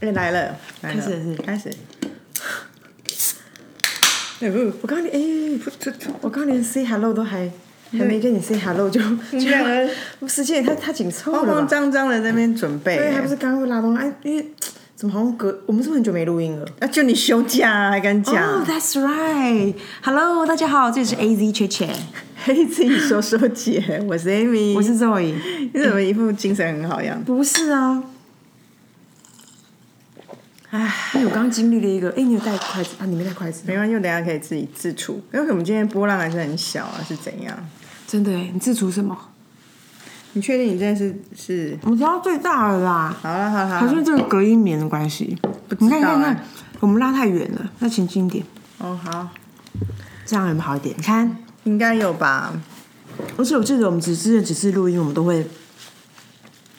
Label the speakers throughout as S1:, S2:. S1: 哎、来了，来
S2: 开
S1: 了，
S2: 始了是
S1: 开始。哎、不，我刚连哎、不不不我刚连 say hello 都还还没嗯跟你啊 say hello 就就
S2: 两个人
S1: 时间也太太紧凑
S2: 慌
S1: 了
S2: 慌
S1: 吧？
S2: 张张的在那边准备、
S1: 对，还不
S2: 欸，
S1: 是刚刚拉东哎，因为怎么好像隔我们是不是很久没录音了？
S2: 那、就你休假啊、还敢讲？
S1: 哦
S2: that's right. Hello，大家好，这里是 AZ 雀雀，
S1: 嘿，自己说说姐，我是 Amy，
S2: 我是 Zoe。你怎么一副精神很好样？
S1: 不是啊？哎，因为我刚刚经历了一个，哎、你有带筷子啊？你没带筷子？
S2: 没关系，我等一下可以自己自处。因为我们今天波浪还是很小啊，是怎样？
S1: 真的哎，你自厨什么？
S2: 你确定你真的是是？
S1: 我知道最大了啦。
S2: 好了好了好
S1: 好像
S2: 了，
S1: 这个隔音棉的关系。
S2: 知道
S1: 你看，你看，你
S2: 欸
S1: 看，我们拉太远了，那前进一点，
S2: 哦好，
S1: 这样有没有好一点？你看，
S2: 应该有吧？
S1: 而且我记得我们只之前几次录音，我们都会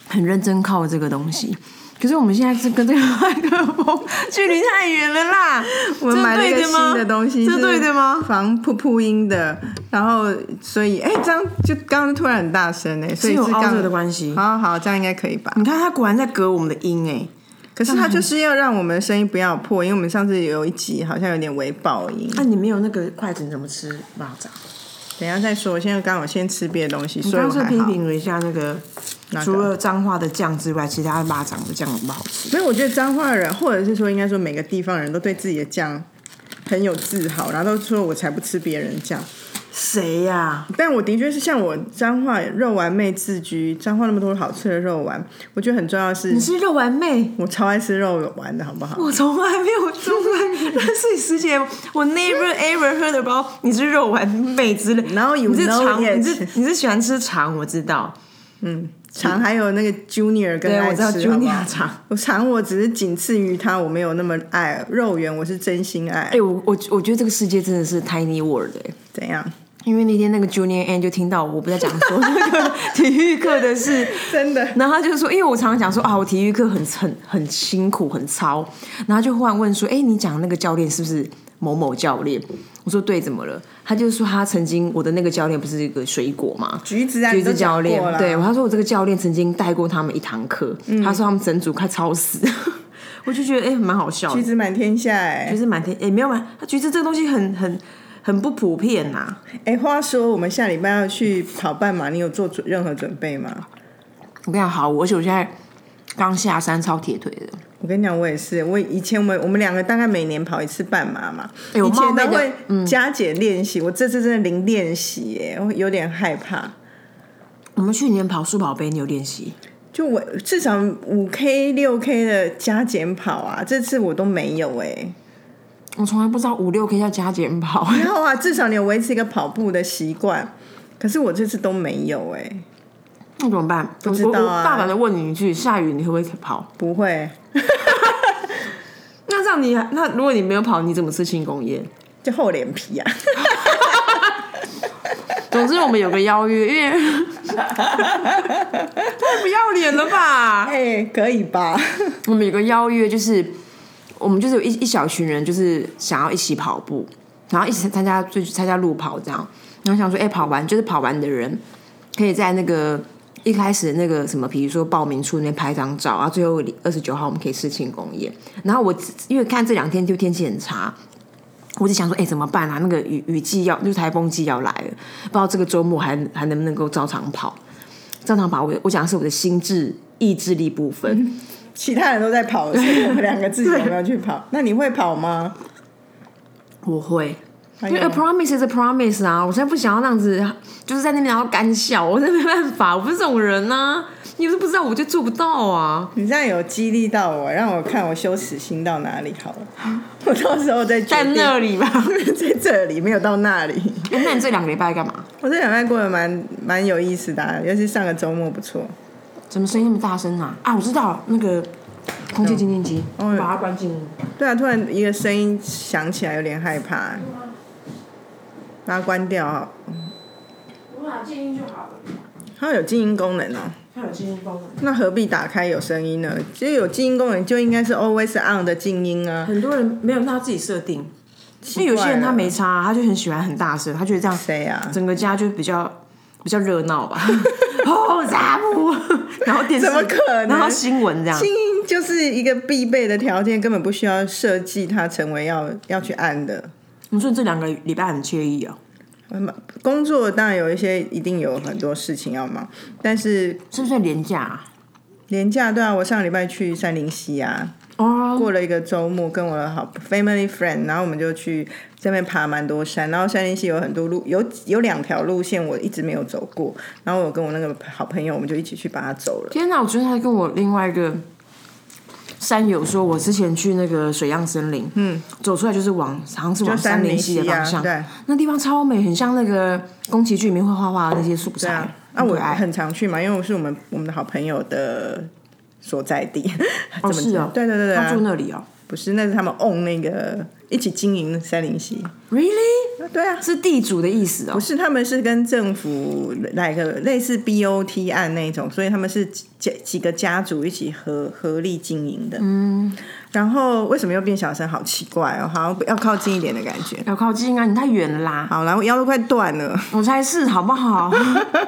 S1: 很认真靠这个东西。可是我们现在是跟这个麦克风距离太远了啦，
S2: 我们买了一个
S1: 这对的吗
S2: 新的东西，
S1: 这对的吗？？
S2: 防噗噗音的，然后所以哎、这样就刚刚突然很大声哎、所以
S1: 是有
S2: 这样
S1: 凹着的关系
S2: 好好，这样应该可以吧？
S1: 你看，它果然在隔我们的音哎、
S2: 可是它就是要让我们的声音不要破，因为我们上次有一集好像有点微爆音。
S1: 那、你没有那个筷子，你怎么吃蚂蚱？
S2: 等一下再说，我现在刚好先吃别的东西，
S1: 你
S2: 所以
S1: 刚
S2: 我
S1: 刚是
S2: 还
S1: 批
S2: 好。
S1: 评了一下那个，
S2: 个
S1: 除了彰化的酱之外，其他蚂蚱的酱不好吃。
S2: 没有，我觉得彰化人，或者是说应该说每个地方人都对自己的酱很有自豪，然后都说我才不吃别人酱。
S1: 谁呀、
S2: 但我的确是像我彰化肉丸妹自居，彰化那么多好吃的肉丸，我觉得很重要的是
S1: 你是肉丸妹，
S2: 我超爱吃肉丸的好不好？
S1: 我从来没有从来认识你师姐， 我 never ever heard about 你是肉丸妹之类。
S2: Now you
S1: 你是
S2: know
S1: 肠，
S2: it
S1: 你是你是喜欢吃肠，我知道。
S2: 嗯，肠还有那个 Junior 更
S1: 对
S2: 爱
S1: 我
S2: 吃，
S1: 知道
S2: 好不好
S1: Junior 肠，
S2: 我肠我只是仅次于它，我没有那么爱肉圆，我是真心爱。
S1: 哎、我我我觉得这个世界真的是 tiny world 哎、
S2: 怎样？
S1: 因为那天那个 Junior N 就听到我不在讲说那个 体育课的事，
S2: 真的
S1: 然后他就说，因为我常常讲说啊，我体育课很很很辛苦，很操，然后他就忽然问说，哎，你讲那个教练是不是某某教练？我说对，怎么了？他就说他曾经我的那个教练不是一个水果嘛，
S2: 橘子啊，嗯
S1: 橘
S2: 你都
S1: 子教
S2: 讲
S1: 练
S2: 过啦，
S1: 对，他说我这个教练曾经带过他们一堂课，他说他们整组快超死， 我就觉得哎、蛮好笑
S2: 橘
S1: 的，
S2: 子满天下哎、
S1: 橘子满天也、没有蛮，橘子这个东西很很很不普遍呐、
S2: 哎、话说我们下礼拜要去跑半马，你有做准任何准备吗？
S1: 我跟你讲，好，我而且我现在刚下山，超铁腿的。
S2: 我跟你讲，我也是，我以前我们我们两个大概每年跑一次半马嘛，
S1: 哎我
S2: 以前
S1: 冒昧
S2: 都
S1: 地
S2: 会加减练习，我这次真的零练习耶，我有点害怕。
S1: 我们去年跑速跑杯，你有练习？
S2: 就我至少五 K 六 K 的加减跑啊，这次我都没有哎、
S1: 我从来不知道五六 K 叫加 减跑。
S2: 然后啊，至少你有维持一个跑步的习惯，可是我这次都没有哎、
S1: 那怎么办？不
S2: 知道啊
S1: 我我大胆的问你一句：下雨你会不会跑？
S2: 不会，
S1: 那这样你那如果你没有跑，你怎么吃庆功 宴？
S2: 就厚脸皮啊。
S1: 总之我们有个邀约，因为 太不要脸了吧？
S2: 哎、可以吧？
S1: 我们有个邀约，就是我们就是有一一小群人，就是想要一起跑步，然后一起参加最参加路跑这样。然后想说，哎、跑完就是跑哎完的人，可以在那个一开始那个什么，比如说报名处那边拍张照，然后最后二十九号我们可以吃庆功宴。然后我只因为看这两天就天气很差。我就想说，哎、怎么办啊？那个雨雨季要，就是台风季要来了，不知道这个周末还还能不能够照常跑？照常跑，我我讲的是我的心智意志力部分。
S2: 其他人都在跑，所以我们两个自己有没有去跑？ 那你会跑吗？哎
S1: 我会，
S2: 还
S1: 因
S2: 有
S1: 为 a
S2: 吗
S1: promise is a promise 啊，我现在不想要那样子，就是在那边然后干笑，我真的没办法，我不是这种人啊，你不是不知道我就做不到啊。
S2: 你这样有激励到我，让我看我羞耻心到哪里好了。 我到时候再决
S1: 在
S2: 定
S1: 那里吧。
S2: 在这里，没有到那里。
S1: 哎那你这两个礼拜干嘛？
S2: 我这两拜过得蛮蛮有意思的、啊，尤其上个周末不错。
S1: 怎么声音那么大声啊？啊，我知道那个空气净净机，
S2: 哦
S1: 把它关进。
S2: 对啊，突然一个声音响起来，有点害怕、把它关掉啊。
S1: 我拿静音就好了，
S2: 它有静音功能哦、
S1: 它有静音功能。
S2: 那何必打开有声音呢？其实有静音功能就应该是 always on 的静音啊。
S1: 很多人没有他自己设定，因
S2: 奇
S1: 为有些人他
S2: 怪了
S1: 没差啊，他就很喜欢很大声，他觉得这样
S2: 谁啊？
S1: 整个家就比较比较 热闹吧，哦，杂布，然后电视，
S2: 怎么可能
S1: 然后新闻这样，
S2: 静音就是一个必备的条件，根本不需要设计它成为要要去按的。
S1: 你说你这两个礼拜很惬意哦，
S2: 工作当然有一些，一定有很多事情要忙，但是
S1: 是不是廉价、啊？
S2: 廉价对啊，我上个礼拜去三林溪啊，
S1: 哦，
S2: 过了一个周末，跟我的好 family friend，然后我们就去这边爬蛮多山，然后山林溪有很多路，有有两条路线我一直没有走过，然后我跟我那个好朋友，我们就一起去把它走了。
S1: 天哪！我昨天还跟我另外一个山友说，我之前去那个水漾森林，嗯，走出来就是往好像是往
S2: 就
S1: 哦山
S2: 三
S1: 林
S2: 林
S1: 溪的
S2: 溪
S1: 方
S2: 啊，
S1: 向，
S2: 对
S1: 那地方超美，很像那个宫崎骏名会画画的那些素
S2: 对
S1: 材
S2: 啊，，啊，我
S1: 很可爱
S2: 很常去嘛，因为我是我们我们的好朋友的所在地， 怎
S1: 哦
S2: 么
S1: 是
S2: 讲
S1: 哦，
S2: 对对对对、
S1: 他住
S2: 啊，
S1: 那里哦
S2: 不是，那是他们 own 那个一起经营三林溪，
S1: ，really
S2: 对啊。
S1: 是地主的意思哦
S2: 不，是，他们是跟政府来个类似 BOT 案那种，所以他们是几几几个家族一起合合力经营的。嗯，然后为什么又变小声？好奇怪哦，好像要靠近一点的感觉。
S1: 要靠近啊，你太远了啦，
S2: 好，然后腰都快断了。
S1: 我才是好不好？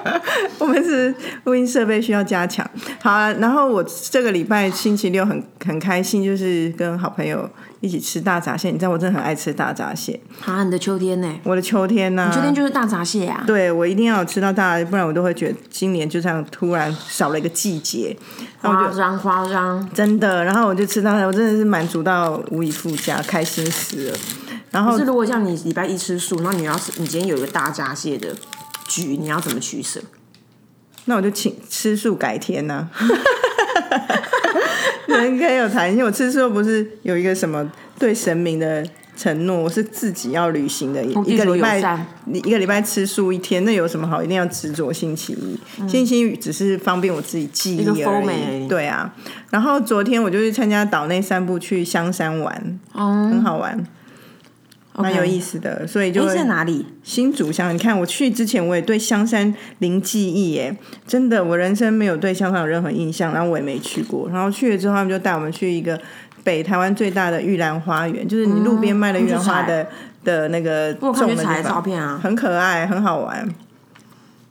S2: 我们是录音设备需要加强。好、啊，然后我这个礼拜星期六很很开心，就是跟好朋友一起吃大闸蟹。你知道我真的很爱吃大闸蟹，
S1: 啊，你的秋天呢？
S2: 我的秋天啊呢、
S1: 秋天就是大闸蟹啊，
S2: 对我一定要有吃到大闸，不然我都会觉得今年就这样突然少了一个季节。然后我
S1: 夸
S2: 就
S1: 张夸张，
S2: 真的，然后我就吃到它，我真的是满足到无以复加，开心死了。然后
S1: 可是如果像你礼拜一吃素，那你要是你今天有一个大闸蟹的局，你要怎么取舍？
S2: 那我就请吃素改天呢、 人可以有弹性，我吃素不是有一个什么对神明的承诺，我是自己要履行的。
S1: 地
S2: 一个
S1: 球
S2: 礼
S1: 友
S2: 拜
S1: 善，
S2: 你一个礼拜吃素一天，那有什么好？一定要执着星期一，星期一只是方便我自己记
S1: 嗯一个
S2: 忆而
S1: format 而
S2: 已。
S1: 已
S2: 对啊，然后昨天我就去参加岛内散步去香山玩，
S1: 哦
S2: 很好玩，蛮有意
S1: 思。
S2: 思的，所以就
S1: 哎，
S2: 会
S1: 在哪里？
S2: 新竹乡，你看我去之前我也对香山零记忆耶，真的，我人生没有对香山有任何印象，然后我也没去过，然后去了之后他们就带我们去一个北台湾最大的玉兰花园，就是你路边卖的玉兰花
S1: 嗯
S2: 的、的那个
S1: 我有看
S2: 种
S1: 你
S2: 的
S1: 采
S2: 地
S1: 的照
S2: 方，
S1: 片啊。
S2: 很可爱，很好玩。
S1: 嗯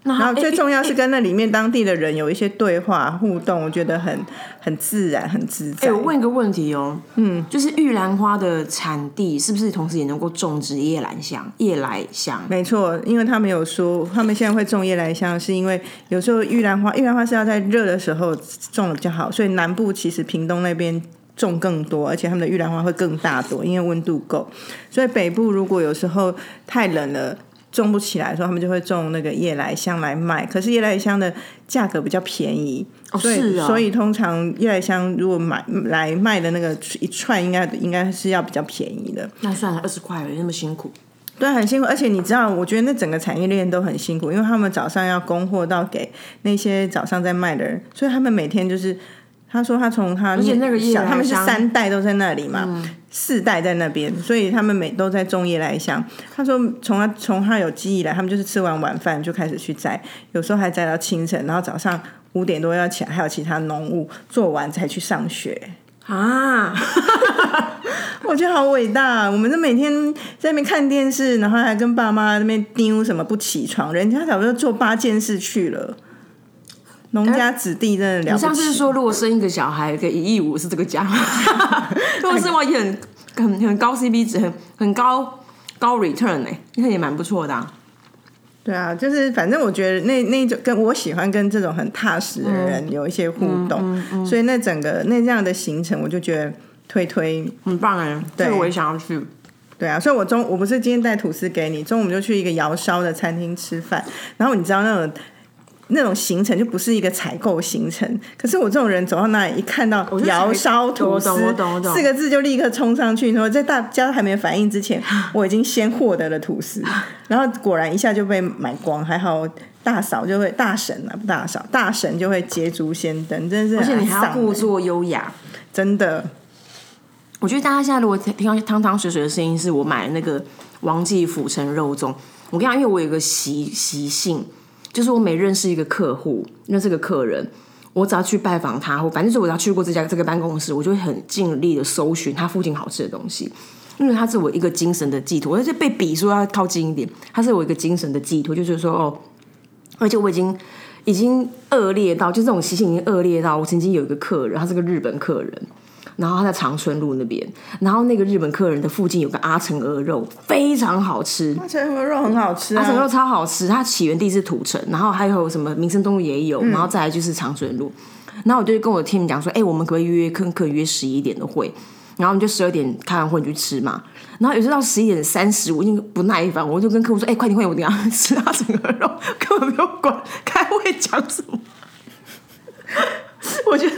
S1: 那
S2: 然后最重要是
S1: 哎
S2: 跟那里面当地的人有一些对话互动，我觉得很很自然，很自在。
S1: 哎、我问一个问题哦，嗯，就是玉兰花的产地是不是同时也能够种植夜兰香、夜来香？
S2: 没错，因为他们有说，他们现在会种夜来香，是因为有时候玉兰花，玉兰花是要在热的时候种的比较好，所以南部其实屏东那边种更多，而且他们的玉兰花会更大朵，因为温度够。所以北部如果有时候太冷了。种不起来的时候，他们就会种那个夜来香来卖。可是夜来香的价格比较便宜，
S1: 哦，
S2: 所以、
S1: 是啊、
S2: 所以通常夜来香如果买来卖的那个一串，应该应该是要比较便宜的。
S1: 那算了，二十块而已，那么辛苦，
S2: 对，很辛苦，而且你知道，我觉得那整个产业链都很辛苦，因为他们早上要供货到给那些早上在卖的人，所以他们每天就是，他说他从他而
S1: 且那个夜来
S2: 他们是
S1: 香嗯
S2: 三代都在那里嘛，四代在那边，所以他们每都在种夜来香。他说从他从他有记忆以来，他们就是吃完晚饭就开始去摘，有时候还摘到清晨，然后早上五点多要起来，还有其他农务做完才去上学。
S1: 啊！
S2: 我觉得好伟大，我们这每天在那边看电视，然后还跟爸妈那边丢什么不起床，人家早就做八件事去了。农家子弟真的了
S1: 你
S2: 不起。
S1: 上次说如果生一个小孩可以一亿五是这个 价吗，如果生完也很很很高 CP 值，很很高高 return 哎、那也蛮不错的、啊。
S2: 对啊，就是反正我觉得那那种跟我喜欢跟这种很踏实的
S1: 嗯
S2: 人有一些互动，所以那整个那这样的行程，我就觉得推推
S1: 很棒哎、这个我也想要去。
S2: 对啊，所以我中我不是今天带吐司给你，中午我们就去一个窑烧的餐厅吃饭，然后你知道那种。那种行程就不是一个采购行程，可是我这种人走到那里一看到
S1: 我就
S2: 窑烧吐司
S1: 我懂我懂我懂
S2: 四个字就立刻冲上去，说在大家还没反应之前， 我已经先获得了吐司，然后果然一下就被买光，还好大嫂就会大神啊不大嫂大神就会捷足先登，真的是
S1: 而且你还要
S2: 很丧
S1: 故作优雅，
S2: 真的
S1: 我觉得大家现在如果听到汤汤水水的声音，是我买那个王记府城肉粽。我跟你讲，因为我有一个习习性，就是我每认识一个客户，认识个客人，我只要去拜访他，或反正就是我只要去过这家这个办公室，我就会很尽力的搜寻他附近好吃的东西，因为他是我一个精神的寄托。而且被比说要靠近一点，他是我一个精神的寄托，就是说哦，而且我已经已经恶劣到，就这种习性已经恶劣到，我曾经有一个客人，他是个日本客人，然后他在长春路那边，然后那个日本客人的附近有个阿城鹅肉，非常好吃。
S2: 阿城鹅肉很好吃啊
S1: 阿城肉超好吃，它起源地是土城，然后还有什么民生东路也
S2: 嗯
S1: 有，然后再来就是长春路。然后我就跟我 team 讲说，哎、我们可不可以约可可以约十一点的会？然后我们就十二点开完会你去吃嘛。然后有时候到十一点三十，我已经不耐烦，我就跟客户说，哎、快点快点，我等一下吃阿城鹅肉， 根本不用管开会讲什么。我觉得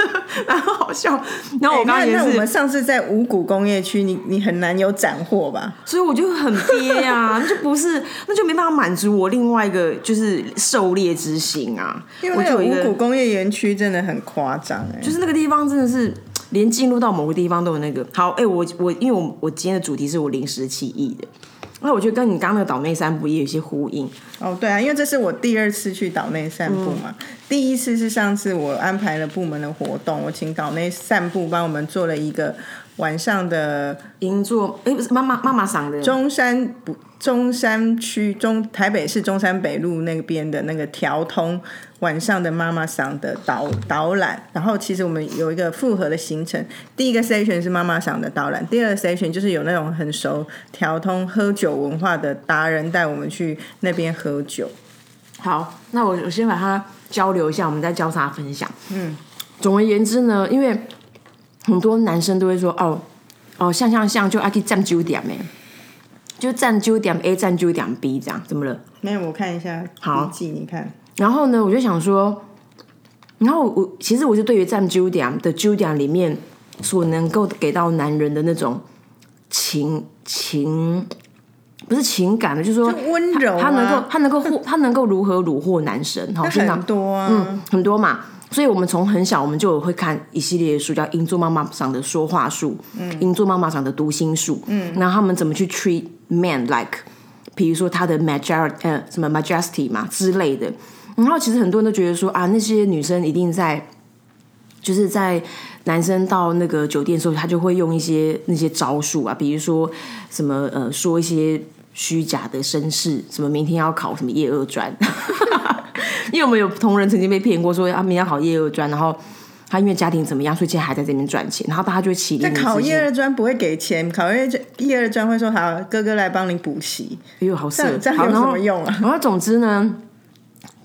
S1: 蛮好笑，然后我刚
S2: 哎那
S1: 刚也
S2: 那我
S1: 是，
S2: 们上次在五谷工业区，你你很难有斩获吧？
S1: 所以我就很憋 啊，那就不是，那就没办法满足我另外一个就是狩猎之心啊。
S2: 因为
S1: 我
S2: 那
S1: 就
S2: 个
S1: 有一
S2: 五
S1: 个
S2: 谷，工业园区真的很夸张哎，
S1: 就是那个地方真的是连进入到某个地方都有那个。好，哎、我我因为我我今天的主题是我临时起意的，那我觉得跟你刚刚那个倒霉三不也有一些呼应。
S2: 哦，对啊，因为这是我第二次去岛内散步嘛，第一次是上次我安排了部门的活动，我请岛内散步帮我们做了一个晚上的
S1: 银座，哎、不是妈妈妈妈赏的，
S2: 中山不中山区中台北市中山北路那边的那个调通晚上的妈妈桑的导导览，然后其实我们有一个复合的行程，第一个 session 是妈妈桑的导览，第二个 session 就是有那种很熟调通喝酒文化的达人带我们去那边喝酒。
S1: 好，那我我先把它交流一下，我们再交叉分享。嗯，总而言之呢，因为很多男生都会说，哦哦，像像像，就还可以站九点哎，就站九点 A 站九点 B 这样，怎么了？
S2: 没有，我看一下笔记，你看
S1: 然后呢，我就想说，然后我其实我就对于站 Judian 的 Judian 里面所能够给到男人的那种情情，不是情感的，就是说
S2: 就温柔啊
S1: 他他能够他能够获他能够如何虏获 男神，好，先
S2: 很
S1: 讲
S2: 多啊，
S1: 很多嘛。所以我们从很小我们就有会看一系列的书，叫《银座妈妈上的说话术》，嗯，《银座妈妈上的读心术》，嗯，然后他们怎么去 treat man like，比如说他的 major 呃什么 majesty 嘛之类的。然后其实很多人都觉得说啊，那些女生一定在，就是在男生到那个酒店的时候，他就会用一些那些招数啊，比如说什么呃说一些虚假的身世，什么明天要考什么夜二专。 因为我们有同仁曾经被骗过，说他啊明天要考夜二专，然后他因为家庭怎么样，所以现在还在这边赚钱，然后大家就会起立。
S2: 那考夜二专不会给钱，考夜夜二专会说好，哥哥来帮你补习，
S1: 哎呦，好色
S2: 这样这，样有
S1: 好然
S2: 什
S1: 后
S2: 么用啊？
S1: 然后总之呢，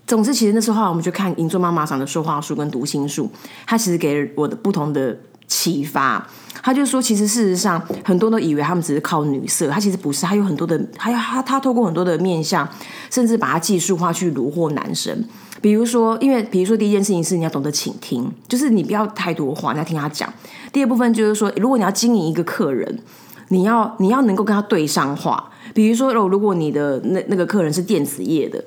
S1: 总之其实那时候我们就看银座妈妈上的说话术跟读心术，它其实给了我的不同的启发。他就说，其实事实上很多都以为他们只是靠女色，他其实不是，他有很多的，还有他他透过很多的面向，甚至把它技术化去虏获男生。比如说，因为比如说第一件事情是你要懂得倾听，就是你不要太多话，你要听他讲。第二部分就是说，如果你要经营一个客人，你要你要能够跟他对上话。比如说，哦，如果你的那那个客人是电子业的，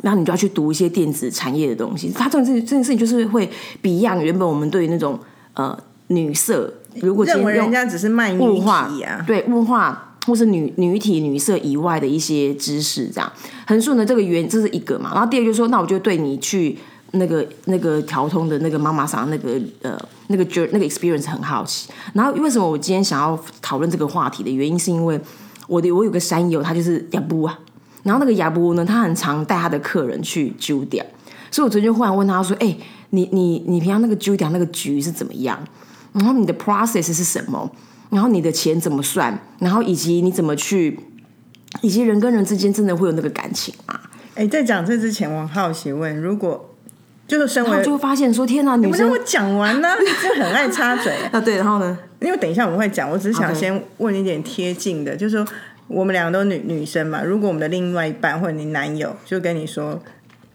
S1: 那你就要去读一些电子产业的东西。他这种事这件事情就是会比样原本我们对于那种呃女色，如果今
S2: 认
S1: 天
S2: 为
S1: 用
S2: 人家只是卖
S1: 物
S2: 女
S1: 化
S2: 体啊，
S1: 对物化或是女女体女色以外的一些知识，这样横竖呢这个原这是一个嘛，然后第二个就是说，那我就对你去那个那个调通的那个妈妈桑那个呃那个 jour- 那个 experience 很好奇，然后为什么我今天想要讨论这个话题的原因，是因为我的我有个山友，他就是亚布啊，然后那个亚布呢，他很常带他的客人去揪点，所以我昨天就忽然问他说，哎、你你你平常那个揪点那个局是怎么样？然后你的 process 是什么，然后你的钱怎么算，然后以及你怎么去，以及人跟人之间真的会有那个感情吗？
S2: 哎，在讲这之前，我很好奇问，如果就是身
S1: 然后
S2: 为
S1: 就会发现说，天哪，女
S2: 不是
S1: 生
S2: 我讲完呢、你真的很爱插嘴。
S1: 啊，对，然后呢，
S2: 因为等一下我们会讲，我只是想
S1: OK
S2: 先问一点贴近的，就是说我们两个都女女生嘛，如果我们的另外一半或者你男友就跟你说。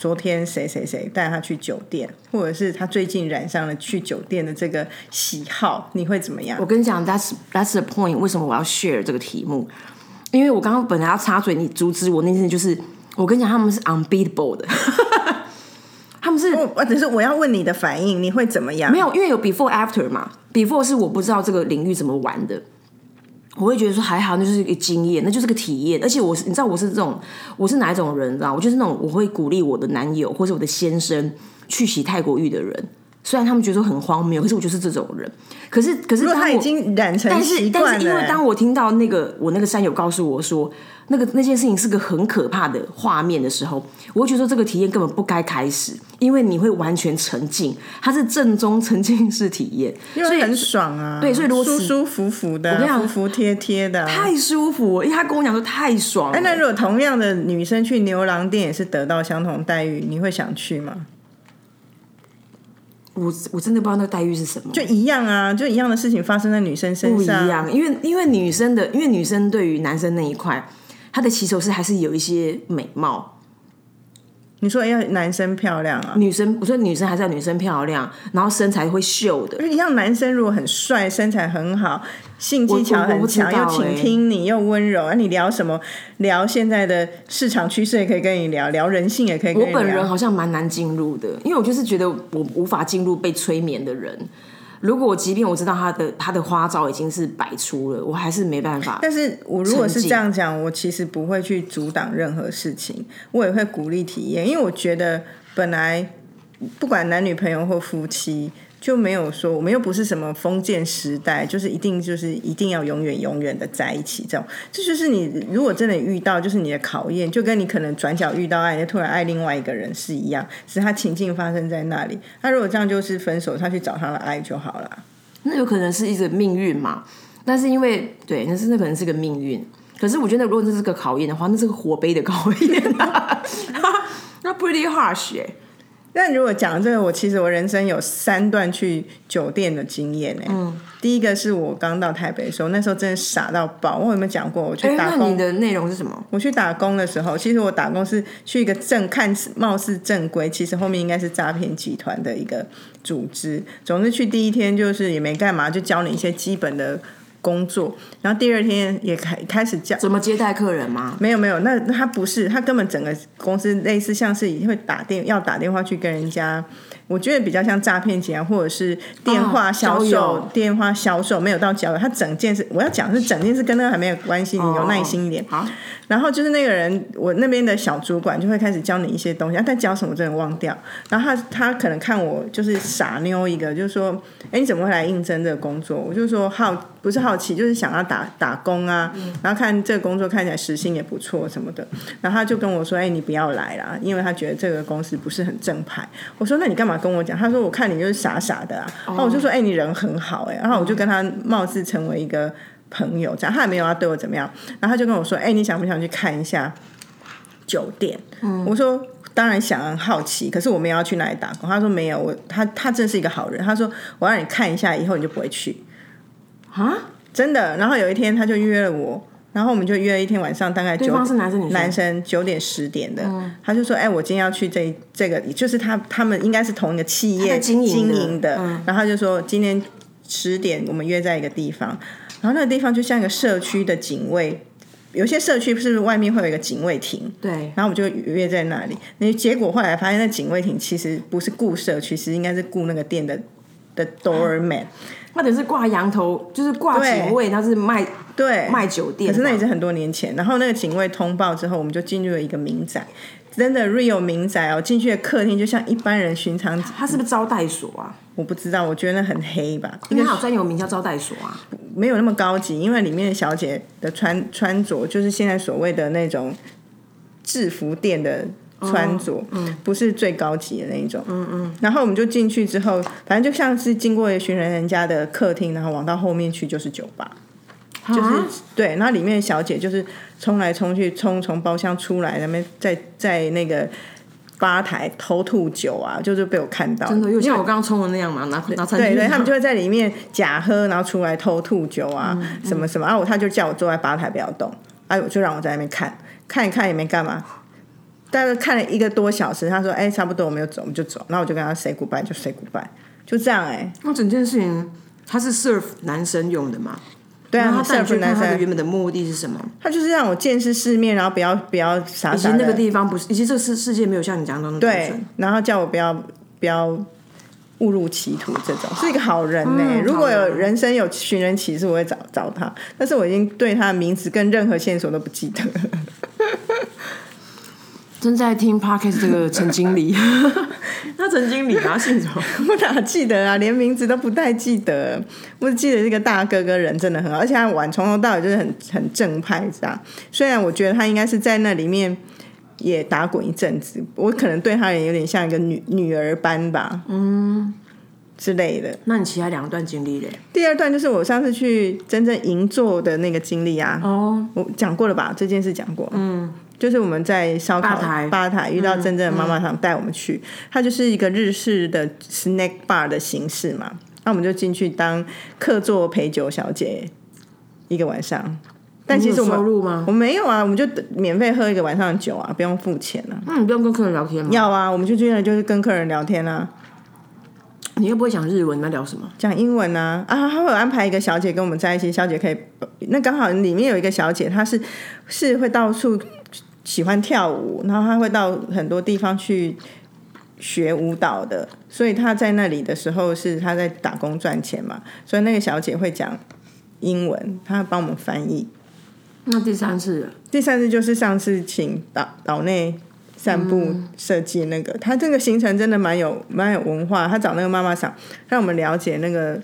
S2: 昨天谁谁谁带他去酒店，或者是他最近染上了去酒店的这个喜好，你会怎么样
S1: 我？跟你讲，that's that's the point。为什么我要 share 这个题目？因为我刚刚本来要插嘴，你阻止我那件事，就是我跟你讲，他们是 unbeatable 的， 他们是
S2: 我我只是我要问你的反应，你会怎么样？
S1: 没有，因为有 before after 嘛，before 是我不知道这个领域怎么玩的。我会觉得说还好，那就是一个经验，那就是个体验。而且我是，你知道我是这种，我是哪一种人，你知道？我就是那种我会鼓励我的男友或是我的先生去洗泰国浴的人。虽然他们觉得说很荒谬，可是我就是这种人。可是可是
S2: 如果
S1: 当
S2: 他
S1: 我
S2: 已经染成
S1: 但
S2: 习
S1: 是
S2: 惯了，欸
S1: 但是因为当我听到那个我那个山友告诉我说那个那件事情是个很可怕的画面的时候，我会觉得说这个体验根本不该开始，因为你会完全沉浸，它是正宗沉浸式体验，
S2: 因
S1: 所
S2: 为
S1: 以
S2: 很爽啊，
S1: 对所以如果
S2: 舒
S1: 死
S2: 舒服服的
S1: 跟你
S2: 啊，
S1: 讲
S2: 服服帖帖的啊。
S1: 太舒服了。因为他跟我讲说太爽了，
S2: 哎，那如果同样的女生去牛郎店也是得到相同待遇，你会想去吗？
S1: 我我真的不知道那个待遇是什么，
S2: 就一样啊，就一样的事情发生在女生身
S1: 不一
S2: 上，
S1: 样，因为因为女生的，因为女生对于男生那一块，她的起手式还是有一些美貌。
S2: 你说要男生漂亮啊？
S1: 女生，我说女生还是要女生漂亮，然后身材会秀的。
S2: 因为一样，男生如果很帅，身材很好，性技巧
S1: 我我
S2: 很
S1: 不知道欸
S2: 强，又倾听你，又温柔，啊，你聊什么？聊现在的市场趋势也可以跟你聊，聊人性也可以跟
S1: 我
S2: 你
S1: 本人
S2: 聊。
S1: 好像蛮难进入的，因为我就是觉得我无法进入被催眠的人。如果我即便我知道他的他的花招已经是百出了，我还是没办法。
S2: 但是我如果是
S1: 沉浸
S2: 这样讲，我其实不会去阻挡任何事情，我也会鼓励体验，因为我觉得本来不管男女朋友或夫妻。就没有说，我们又不是什么封建时代，就是一定就是一定要永远永远的在一起这种。这就是你如果真的遇到，就是你的考验，就跟你可能转角遇到爱，你就突然爱另外一个人是一样，只是他情境发生在那里。他如果这样就是分手，他去找他的爱就好了。
S1: 那有可能是一个命运嘛？但是因为对，那是那可能是个命运。可是我觉得，如果这是个考验的话，那是个火杯的考验、啊， 那 pretty harsh 哎、
S2: 但如果讲这个，我其实我人生有三段去酒店的经验呢、
S1: 嗯
S2: 第一个是我刚到台北的时候，那时候真的傻到爆。我有没有讲过我去
S1: 哎、
S2: 打
S1: 那
S2: 工？
S1: 你的内容是什么？
S2: 我去打工的时候，其实我打工是去一个正看似貌似正规，其实后面应该是诈骗集团的一个组织。总之去第一天就是也没干嘛，就教你一些基本的工作，然后第二天也开开始教
S1: 怎么接待客人吗？
S2: 没有没有，那那他不是，他根本整个公司类似像是会打电要打电话去跟人家，我觉得比较像诈骗集团或者是电话
S1: 哦
S2: 销
S1: 交
S2: 售，
S1: 友
S2: 电话销售没有到交友，他整件事我要讲的是整件事跟那个还没有关系，你有耐心一点。
S1: 好，
S2: 然后就是那个人，我那边的小主管就会开始教你一些东西，啊、但教什么我真的忘掉。然后他他可能看我就是傻妞一个，就说：“哎，你怎么会来应征这个工作？”我就说好，不是好奇，就是想要打打工啊。然后看这个工作看起来时薪也不错什么的，然后他就跟我说：“哎，你不要来啦，因为他觉得这个公司不是很正派。”我说：“那你干嘛跟我讲？”他说：“我看你就是傻傻的啊。”然后我就说：“哎，你人很好哎、然后我就跟他貌似成为一个。朋友，这样他也没有要对我怎么样，然后他就跟我说：“哎、你想不想去看一下酒店？”我说：“当然想，很好奇。可是我们要去哪里打工？”他说：“没有，我他他真是一个好人。”他说：“我让你看一下，以后你就不会去。”
S1: 啊，
S2: 真的。然后有一天他就约了我，然后我们就约了一天晚上，大概
S1: 对
S2: 九
S1: 方是男生女生？
S2: 男生九点十点的，
S1: 嗯
S2: 他就说：“哎、我今天要去这这个，就是他他们应该是同一个企
S1: 他
S2: 业
S1: 在经营的
S2: 营的，
S1: 嗯
S2: 然后他就说今天十点我们约在一个地方，然后那个地方就像一个社区的警卫，有些社区是不是外面会有一个警卫亭？”
S1: 对，
S2: 然后我们就约在那里，那结果后来发现那警卫亭其实不是雇社区，其实应该是雇那个店的的 doorman，
S1: 或者是挂羊头，就是挂
S2: 对
S1: 警卫，他是卖
S2: 对，
S1: 卖酒店
S2: 可
S1: 嘛。
S2: 是那已经很多年前。然后那个警卫通报之后，我们就进入了一个民宅，真的 real 民宅哦。进去的客厅就像一般人寻常，
S1: 他是不是招待所啊？
S2: 我不知道，我觉得那很黑吧，
S1: 因
S2: 应
S1: 为
S2: 该
S1: 他有专有名叫招待所啊。
S2: 没有那么高级，因为里面的小姐的穿穿着就是现在所谓的那种制服店的。穿着、不是最高级的那一种，哦嗯嗯。然后我们就进去之后，反正就像是经过一群人人家的客厅，然后往到后面去就是酒吧，
S1: 就是
S2: 对，然后里面的小姐就是冲来冲去，冲从包厢出来，那边在在那个吧台偷吐酒啊，就是被我看到。
S1: 真的有像我刚刚冲的那样嘛，拿拿餐
S2: 对
S1: 巾。
S2: 对，他们就会在里面假喝，然后出来偷吐酒啊，
S1: 嗯
S2: 什么什么啊，我他就叫我坐在吧台不要动，哎、我就让我在那边看看一看也没干嘛。大概看了一个多小时，他说：“哎、差不多，我们就走，我们就走。”然后我就跟他 say goodbye，就 say goodbye，就这样哎、
S1: 那整件事情，他是 serve 男生用的嘛？
S2: 对
S1: 然
S2: 啊，
S1: 后他带你
S2: serve
S1: 去看
S2: 男
S1: 他的
S2: 生，
S1: 原本的目的是什么？
S2: 他就是让我见识世面，然后不要不要傻
S1: 以及
S2: 傻的。
S1: 那个地方不是，以及这个世世界没有像你讲的那么单
S2: 对
S1: 纯。，
S2: 然后叫我不要不要误入歧途，这种是一个好人呢、如果有人生有寻人启事，我会找找他，但是我已经对他的名字跟任何线索都不记得了。
S1: 正在听 Parkes 这个陈 经理，他陈经理啊，姓什么？
S2: 我哪记得啊，连名字都不太记得。我只记得这个大哥哥人真的很好，而且他玩从头到尾就是很很正派，是吧？虽然我觉得他应该是在那里面也打滚一阵子，我可能对他也有点像一个女女儿般吧，嗯之类的。
S1: 那你其他两段经历嘞？
S2: 第二段就是我上次去真正银座的那个经历啊，
S1: 哦，
S2: 我讲过了吧？这件事讲过，嗯，就是我们在烧烤
S1: 吧台嗯
S2: 遇到真正的妈妈桑带我们去，它就是一个日式的 snack bar 的形式嘛，那我们就进去当客座陪酒小姐一个晚上，但其实我
S1: 你有收
S2: 们
S1: 入吗？
S2: 我没有啊，我们就免费喝一个晚上的酒啊，不用付钱啊。
S1: 那你不用跟客人聊天吗？
S2: 要啊，我们就去那就是跟客人聊天啊，
S1: 你又不会讲日文，你们聊什么？
S2: 讲英文啊啊，他会有安排一个小姐跟我们在一起，小姐可以，那刚好里面有一个小姐，她是是会到处喜欢跳舞，然后她会到很多地方去学舞蹈的，所以她在那里的时候是她在打工赚钱嘛，所以那个小姐会讲英文，她帮我们翻译。
S1: 那第三次了
S2: 第三次就是上次请岛岛内散步设计那个，他这个行程真的蛮有蛮有文化。他找那个妈妈桑，让我们了解那个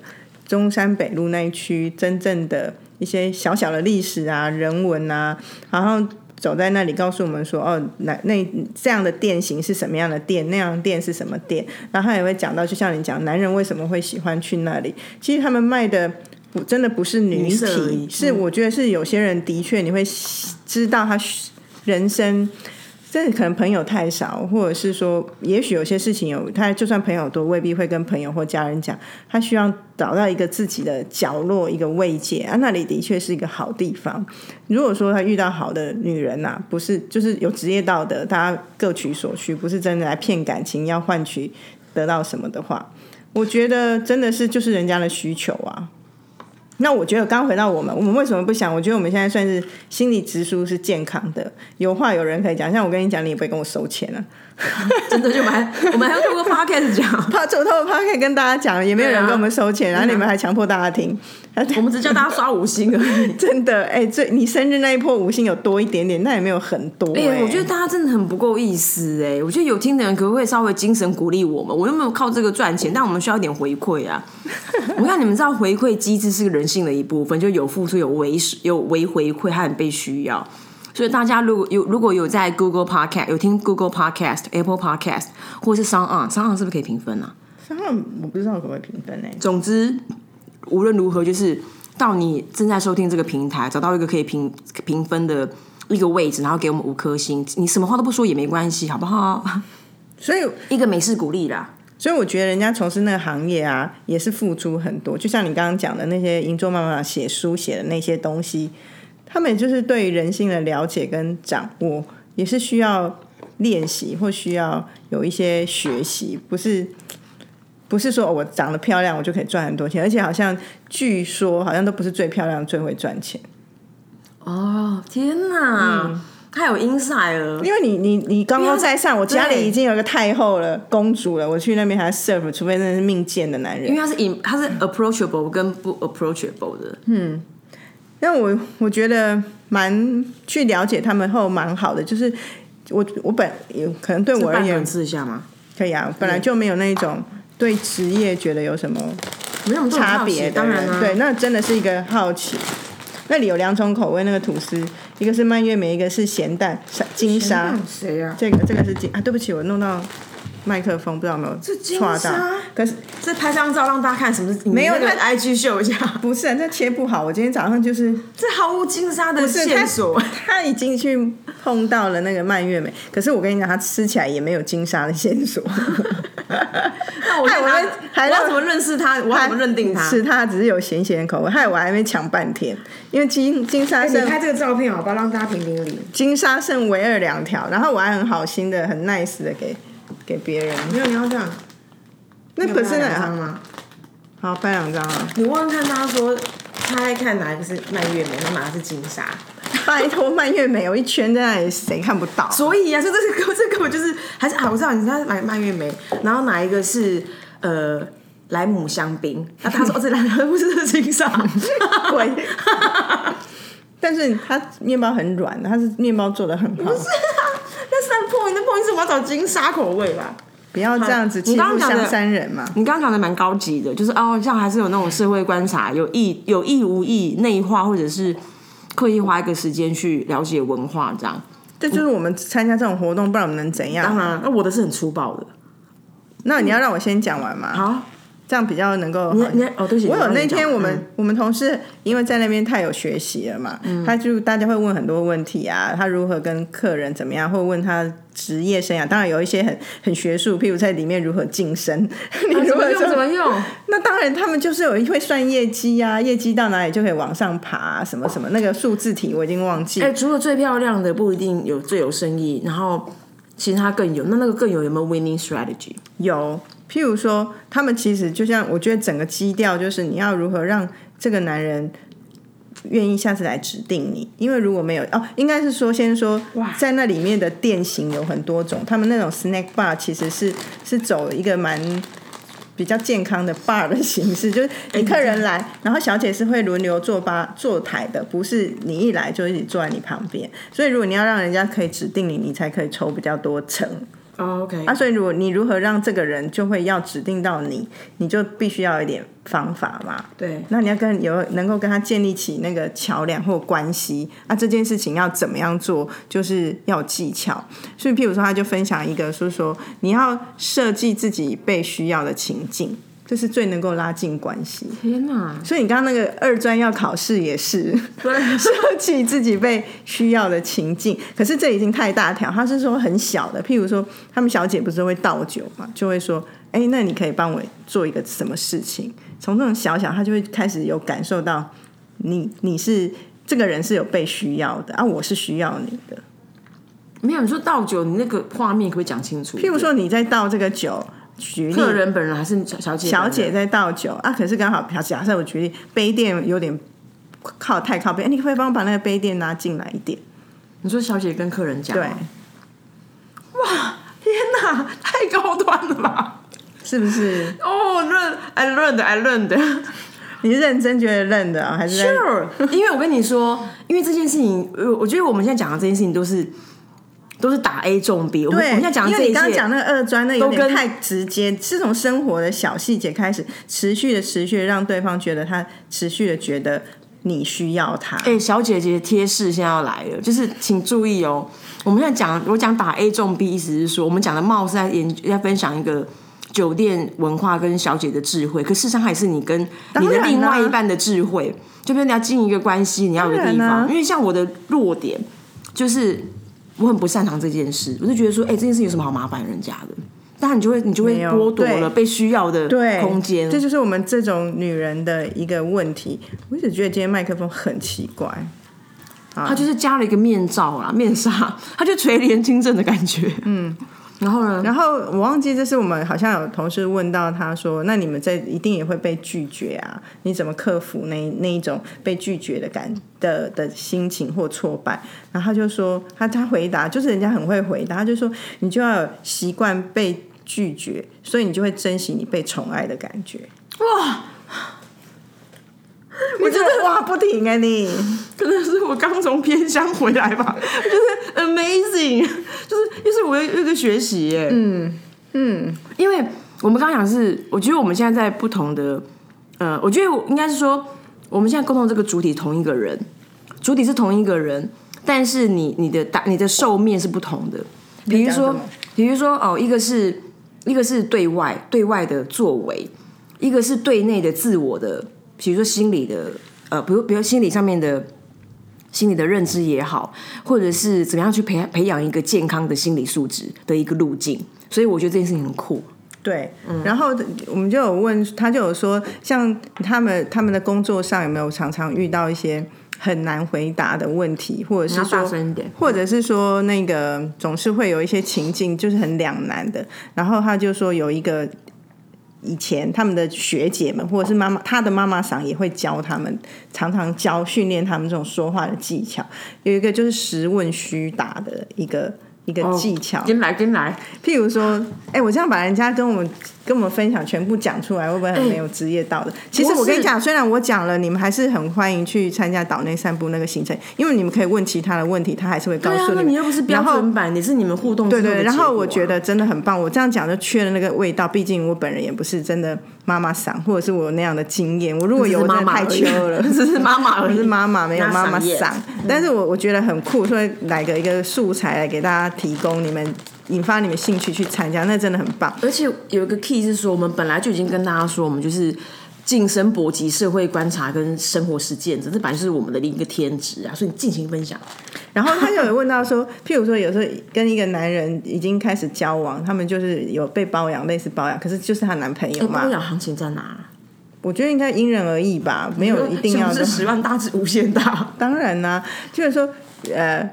S2: 中山北路那一区真正的一些小小的历史啊、人文啊，然后走在那里告诉我们说，哦，那那这样的店型是什么样的店，那样的店是什么店。然后他也会讲到，就像你讲，男人为什么会喜欢去那里？其实他们卖的。不，真的不是女
S1: 女色嗯而
S2: 体
S1: 已，
S2: 是我觉得是有些人的确你会知道他人生，真的可能朋友太少，或者是说，也许有些事情有他，就算朋友多，未必会跟朋友或家人讲。他需要找到一个自己的角落，一个慰藉啊，那里的确是一个好地方。如果说他遇到好的女人呐、不是就是有职业道德，大家各取所需，不是真的来骗感情要换取得到什么的话，我觉得真的是就是人家的需求啊。那我觉得刚回到我们，我们为什么不想？我觉得我们现在算是心理直抒是健康的，有话有人可以讲。像我跟你讲，你也不会跟我收钱 啊。
S1: 真的就蛮，我们还要透过 podcast 讲，
S2: 怕走透怕可以跟大家讲，也没有人
S1: 对啊
S2: 跟我们收钱， 然后你们还强迫大家听。
S1: 我们只叫大家刷五星而 已。
S2: 真的，哎、最你生日那一波五星有多一点点，但也没有很多、
S1: 哎、
S2: 哎、
S1: 我觉得大家真的很不够意思哎、我觉得有听的人可不可以稍微精神鼓励我们？我又没有靠这个赚钱，但我们需要一点回馈啊！ 我看你们知道回馈机制是人性的一部分，就有付出、有微有微回馈和被需要。所以大家如果有如果有在 Google Podcast 有听 Google Podcast、Apple Podcast 或是 s o n s o n 是不是可以评分啊？
S2: 然后我不知道可不可以评分哎、
S1: 总之，无论如何，就是到你正在收听这个平台，找到一个可以评评分的一个位置，然后给我们五颗星。你什么话都不说也没关系，好不好？
S2: 所以，
S1: 一个美式鼓励啦。
S2: 所以我觉得人家从事那个行业啊，也是付出很多。就像你刚刚讲的那些银座妈妈写书写的那些东西，他们就是对于人性的了解跟掌握，也是需要练习或需要有一些学习，不是。不是说哦我长得漂亮，我就可以赚很多钱，而且好像据说好像都不是最漂亮、最会赚钱。
S1: 哦，天哪，他有 inside 了。
S2: 因为你你你高高在上，
S1: 因为他
S2: 我家里
S1: 对
S2: 已经有一个太后了、公主了，我去那边还 serve，除非那是命贱的男人
S1: 因为。他是 in，他是 approachable 跟不 approachable 的，
S2: 但我我觉得蛮去了解他们后蛮好的，就是我我本有可能对我而
S1: 半
S2: 言
S1: 粉试一下吗？
S2: 可以啊，本来就没有那种对职业觉得有什么
S1: 没有
S2: 差别的
S1: 哦当然
S2: 人，
S1: 啊啦、
S2: 对，那真的是一个好奇。那里有两种口味，那个吐司，一个是蔓越莓，一个是咸蛋沙金沙。
S1: 谁啊？
S2: 这个这个是金啊，对不起，我弄到麦克风，不知道有没有
S1: 是金
S2: 戳到
S1: 沙。
S2: 可是
S1: 这拍张照让大家看什么是？没
S2: 有
S1: 那个
S2: 他
S1: IG 秀一下，
S2: 不是啊，这切不好。我今天早上就是
S1: 这毫无金沙的
S2: 是
S1: 线索。
S2: 他已经去碰到了那个蔓越莓，可是我跟你讲，他吃起来也没有金沙的线索。
S1: 那我
S2: 害我
S1: 我
S2: 们还
S1: 我
S2: 让
S1: 要怎么认识他？我要怎么认定他？
S2: 是他只是有咸咸的口味，害我还没抢半天，因为金金沙剩、
S1: 哎这个照片好吧，让大家评评理。
S2: 金沙剩唯二两条，然后我还很好心的、很 nice 的给给别人。
S1: 没有，你要这样。
S2: 那可是呢，
S1: 吗？
S2: 好翻两张啊！
S1: 你问问看大家说，他在看哪一个是蔓越莓，然后哪个是金沙？
S2: 拜托，蔓越莓有一圈在那里，谁看不到？
S1: 所以啊，这这个这根本就是还是啊，我知道你在买蔓越莓，然后哪一个是呃莱姆香槟？那他说哦，这两个不是金 沙，
S2: 鬼！但是它面包很软，它是面包做的很好。
S1: 但是它破音，那破音是我要找金沙口味吧？
S2: 不要这样子欺
S1: 你刚
S2: 负
S1: 刚讲的
S2: 香山人嘛。
S1: 你刚刚讲的蛮高级的，就是哦，像还是有那种社会观察，有意有意无意内化，或者是刻意花一个时间去了解文化这样。
S2: 这就是我们参加这种活动，不然我们能怎样？
S1: 当然，啊那我的是很粗暴的。
S2: 那你要让我先讲完嘛，
S1: 好，
S2: 这样比较能够
S1: 你你哦，对不起，
S2: 我有那天我
S1: 你
S2: 们、
S1: 讲嗯
S2: 我们同事因为在那边太有学习了嘛，他就大家会问很多问题啊，他如何跟客人怎么样，或问他职业生涯，当然有一些很很学术，譬如在里面如何晋升， 你
S1: 嗯
S2: 如
S1: 怎么
S2: 何
S1: 用
S2: 说
S1: 怎么用？
S2: 那当然，他们就是有会算业绩啊，业绩到哪里就可以往上爬、啊什么什么那个数字题我已经忘记
S1: 哎、。除了最漂亮的不一定有最有生意，然后其他更有，那那个更有有没有 winning strategy？
S2: 有，譬如说，他们其实就像我觉得整个基调就是你要如何让这个男人愿意下次来指定你，因为如果没有哦，应该是说先说
S1: 哇
S2: 在那里面的店型有很多种，他们那种 snack bar 其实是是走一个蛮。比较健康的 bar 的形式，就是你客人来，然后小姐是会轮流坐吧坐台的，不是你一来就一直坐在你旁边。所以如果你要让人家可以指定你，你才可以抽比较多成。
S1: 哦、o k
S2: 啊，所以如果你如何让这个人就会要指定到你，你就必须要有一点方法嘛。
S1: 对，
S2: 那你要跟有能够跟他建立起那个桥梁或关系，啊，这件事情要怎么样做，就是要有技巧。所以，譬如说，他就分享一个，说说你要设计自己被需要的情境，这是最能够拉近关系。
S1: 天哪，
S2: 所以你刚刚那个二专要考试也是
S1: 对
S2: 设计自己被需要的情境，可是这已经太大条，他是说很小的，譬如说他们小姐不是都会倒酒嘛，就会说，哎、那你可以帮我做一个什么事情？从这种小小，他就会开始有感受到你你是这个人是有被需要的啊，我是需要你的。
S1: 没有你说倒酒，你那个画面可不可以讲清楚？
S2: 譬如说你在倒这个酒，举例
S1: 客人本人还是小小姐本
S2: 小
S1: 人
S2: 姐在倒酒啊，可是刚好，假假设我举例，杯垫有点靠太靠背，哎你可不可以帮我把那个杯垫拿进来一点？
S1: 你说小姐跟客人讲，
S2: 对，
S1: 天哪，太高端了吧！
S2: 是不是？
S1: 哦、l e a r n I learned, I learned.
S2: 你是认真觉得认的、啊，还是在
S1: Sure，因 为我跟你说，因为这件事情，呃我觉得我们现在讲的这件事情都是都是打 A 中 B。我们
S2: 对，
S1: 我们现在讲
S2: 因
S1: 的这
S2: 为
S1: 一
S2: 你刚刚
S1: 切，
S2: 讲那个二专，那有
S1: 都
S2: 点
S1: 跟
S2: 太直接，是从生活的小细节开始，持续的、持续的让对方觉得他持续的觉得你需要他。
S1: 哎、小姐姐贴士现在要来了，就是请注意哦。我们现在讲，我讲打 A 中 B，意思是说，我们讲的貌似在研在分享一个酒店文化跟小姐的智慧，可事实上还是你跟你的
S2: 当然啊
S1: 另外
S2: 啦
S1: 一半的智慧，就比如你要经营一个关系，你要有一个地
S2: 当然啊
S1: 方。
S2: 啦
S1: 因为像我的弱点就是我很不擅长这件事，我就觉得说，哎、这件事有什么好麻烦人家的？但你就会你就会
S2: 没有
S1: 剥夺了
S2: 对
S1: 被需要的
S2: 对，
S1: 空间，啊
S2: 这就是我们这种女人的一个问题。我一直觉得今天麦克风很奇怪，
S1: 他就是加了一个面罩啦， 面纱，他就垂帘听政的感觉。嗯，然后呢？
S2: 然后我忘记，这是我们好像有同事问到他说：“那你们在一定也会被拒绝啊？你怎么克服那那一种被拒绝的感的的心情或挫败？”然后他就说：“他他回答就是人家很会回答，他就说你就要有习惯被拒绝，所以你就会珍惜你被宠爱的感觉。” 哇！我真的哇不停啊你！
S1: 可能是我刚从偏乡回来吧，就是 amazing，就是就是我有一个学习耶、嗯嗯，因为我们刚刚讲是，我觉得我们现在在不同的，呃，我觉得我应该是说，我们现在共同这个主体同一个人，主体是同一个人，但是你你的大你的受面是不同的。比如
S2: 讲什
S1: 说
S2: 么，
S1: 比如说哦，一个是一个是对外对外的作为，一个是对内的自我的，比如说心理的，呃，比如比如心理上面的心理的认知也好，或者是怎么样去培培养一个健康的心理素质的一个路径。所以我觉得这件事情很酷。
S2: 对，然后我们就有问，他就有说，像他们他们的工作上有没有常常遇到一些很难回答的问题，或者是
S1: 你要
S2: 说
S1: 大声一点，
S2: 或者是说那个总是会有一些情境就是很两难的。然后他就说有一个以前他们的学姐们或者是妈妈，他的妈妈桑也会教他们，常常教训练他们这种说话的技巧。有一个就是实问虚答的一个一个技巧。
S1: 跟哦来跟来，
S2: 譬如说，哎、我这样把人家跟我们跟我们分享全部讲出来，会不会很没有职业道德？其实
S1: 哎不
S2: 我跟你
S1: 是
S2: 讲，虽然我讲了，你们还是很欢迎去参加岛内散步那个行程，因为你们可以问其他的问题，他还是会告
S1: 对啊
S2: 诉，
S1: 那
S2: 们。
S1: 你又不是标
S2: 然后
S1: 准版，你是你们互动
S2: 对对，然后我
S1: 得。
S2: 觉得真的很棒，我这样讲就缺了那个味道。毕竟我本人也不是真的妈妈桑，或者是我有那样的经验。我如果有，我
S1: 只是
S2: 真
S1: 妈
S2: 的
S1: 妈
S2: 太
S1: 而已。
S2: 秋了
S1: 只是妈妈而
S2: 我
S1: 已，
S2: 是妈妈，没有
S1: 那
S2: 妈妈
S1: 赏夜
S2: 桑，但是我我觉得很酷，所以来个一个素材来给大家提供，你们引发你们兴趣去参加，那真的很棒。
S1: 而且有一个 key 是说，我们本来就已经跟大家说，我们就是晋升搏击社会观察跟生活实践者，这本来就是我们的另一个天职啊，所以你尽情分享。
S2: 然后他就有问到说， 譬如说有时候跟一个男人已经开始交往，他们就是有被包养，类似包养，可是就是她男朋友
S1: 哎
S2: 嘛
S1: 包。养行情在哪？
S2: 我觉得应该因人而异吧，没有一定要
S1: 嗯
S2: 的
S1: 是 不是十万大至无限大，
S2: 当然啦、就是说，呃，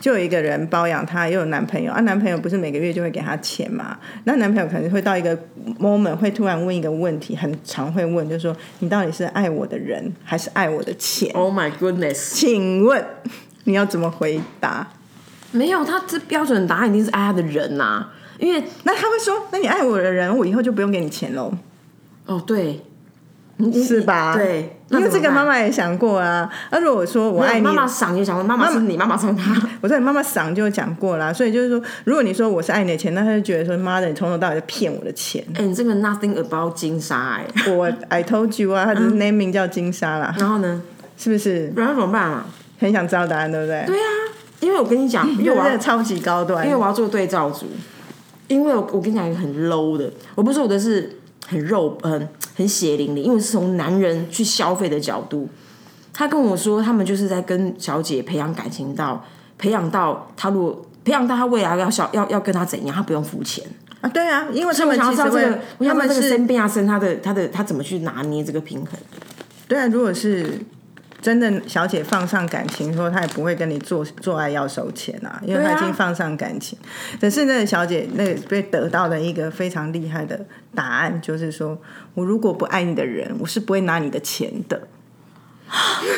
S2: 就有一个人包养她，又有男朋友啊，男朋友不是每个月就会给她钱嘛？那男朋友可能会到一个 moment 会突然问一个问题，很常会问，就是说你到底是爱我的人还是爱我的钱？
S1: ？Oh my goodness！
S2: 请问你要怎么回答？
S1: 没有，他这标准答案一定是爱他的人呐、啊因为
S2: 那他会说，那你爱我的人，我以后就不用给你钱喽，
S1: 哦对，你你
S2: 是吧？
S1: 对，
S2: 因为这个妈
S1: 妈，
S2: 妈也想过啊。那如果我说我爱你，
S1: 妈妈赏也想问，妈妈是你，妈妈赏他。
S2: 我在你妈妈嗓就有讲过啦，所以就是说，如果你说我是爱你的钱，那他就觉得说，妈的，你从头到尾在骗我的钱。
S1: 哎、你这个 nothing about 金沙哎、
S2: 我 I told you 啊，他只
S1: 嗯
S2: 是 naming 叫金沙啦，
S1: 然后呢？
S2: 是不是？
S1: 不然怎么办啊？
S2: 很想知道答案，对不对？
S1: 对啊，因为我跟 你讲，因为我
S2: 真
S1: 要
S2: 的超级高端
S1: 因为，我要做对照组，因为我我跟你讲一个很 low 的，我不是我的是很肉很很血淋淋，因为是从男人去消费的角度，他跟我说他们就是在跟小姐培养感情到培养到他如果培养到他未来要小要要跟他怎样，他不用付钱。
S2: 啊，对啊，因为他
S1: 所以我
S2: 们
S1: 想要
S2: 其
S1: 知
S2: 实
S1: 道这
S2: 会
S1: 个，，我
S2: 他
S1: 想知道
S2: 们
S1: 这个
S2: 是
S1: 生病啊生他的他的他怎么去拿捏这个平衡。
S2: 对啊，如果是。真的，小姐放上感情说，她也不会跟你做做爱要收钱啊，因为她
S1: 对
S2: 已
S1: 啊
S2: 经放上感情。可是那个小姐，那个被得到的一个非常厉害的答案，就是说我如果不爱你的人，我是不会拿你的钱的。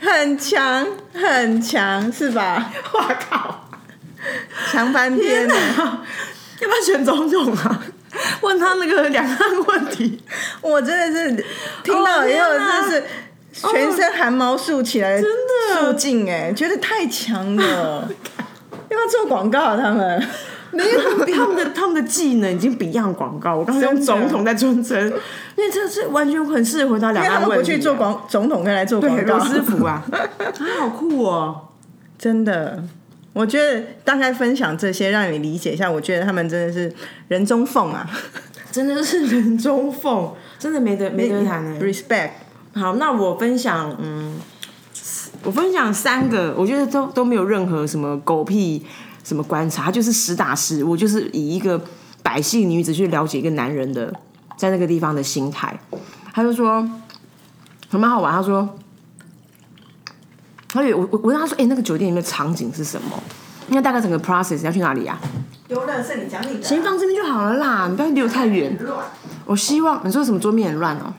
S2: 很强，很强，是吧？
S1: 我靠！
S2: 强翻天了！
S1: 要不要选总统啊？ 问他那个两岸问题。
S2: 我真的是听到以后，
S1: 哦天哪哦
S2: 真的是全身汗毛竖起来，真
S1: 的
S2: 肃静哎，觉得太强 了。要不要做广告啊？他们
S1: 没有，他们他们的他们的技能已经比样广告。我刚才用总统在尊称，因为这是完全很适合回答
S2: 因
S1: 两
S2: 为他
S1: 岸
S2: 们
S1: 问
S2: 不
S1: 题啊、
S2: 去做广总统，可以来做广
S1: 对
S2: 告
S1: 罗。斯 福啊，他好酷哦！
S2: 真的，我觉得大概分享这些，让你理解一下。我觉得他们真的是人中凤啊，
S1: 真的是人中凤，真的没得没得谈哎。
S2: respect。
S1: 好，那我分享，嗯，我分享三个，我觉得都都没有任何什么狗屁什么观察，就是实打实，我就是以一个百姓女子去了解一个男人的在那个地方的心态。他就说很蛮好玩，他说，他以为我我我问他说，哎、那个酒店里面的场景是什么？那大概整个 process 要去哪里啊？
S2: 丢乐是你讲你
S1: 行，放这边就好了啦，你不要离我太远。我希望你说什么桌面很乱哦。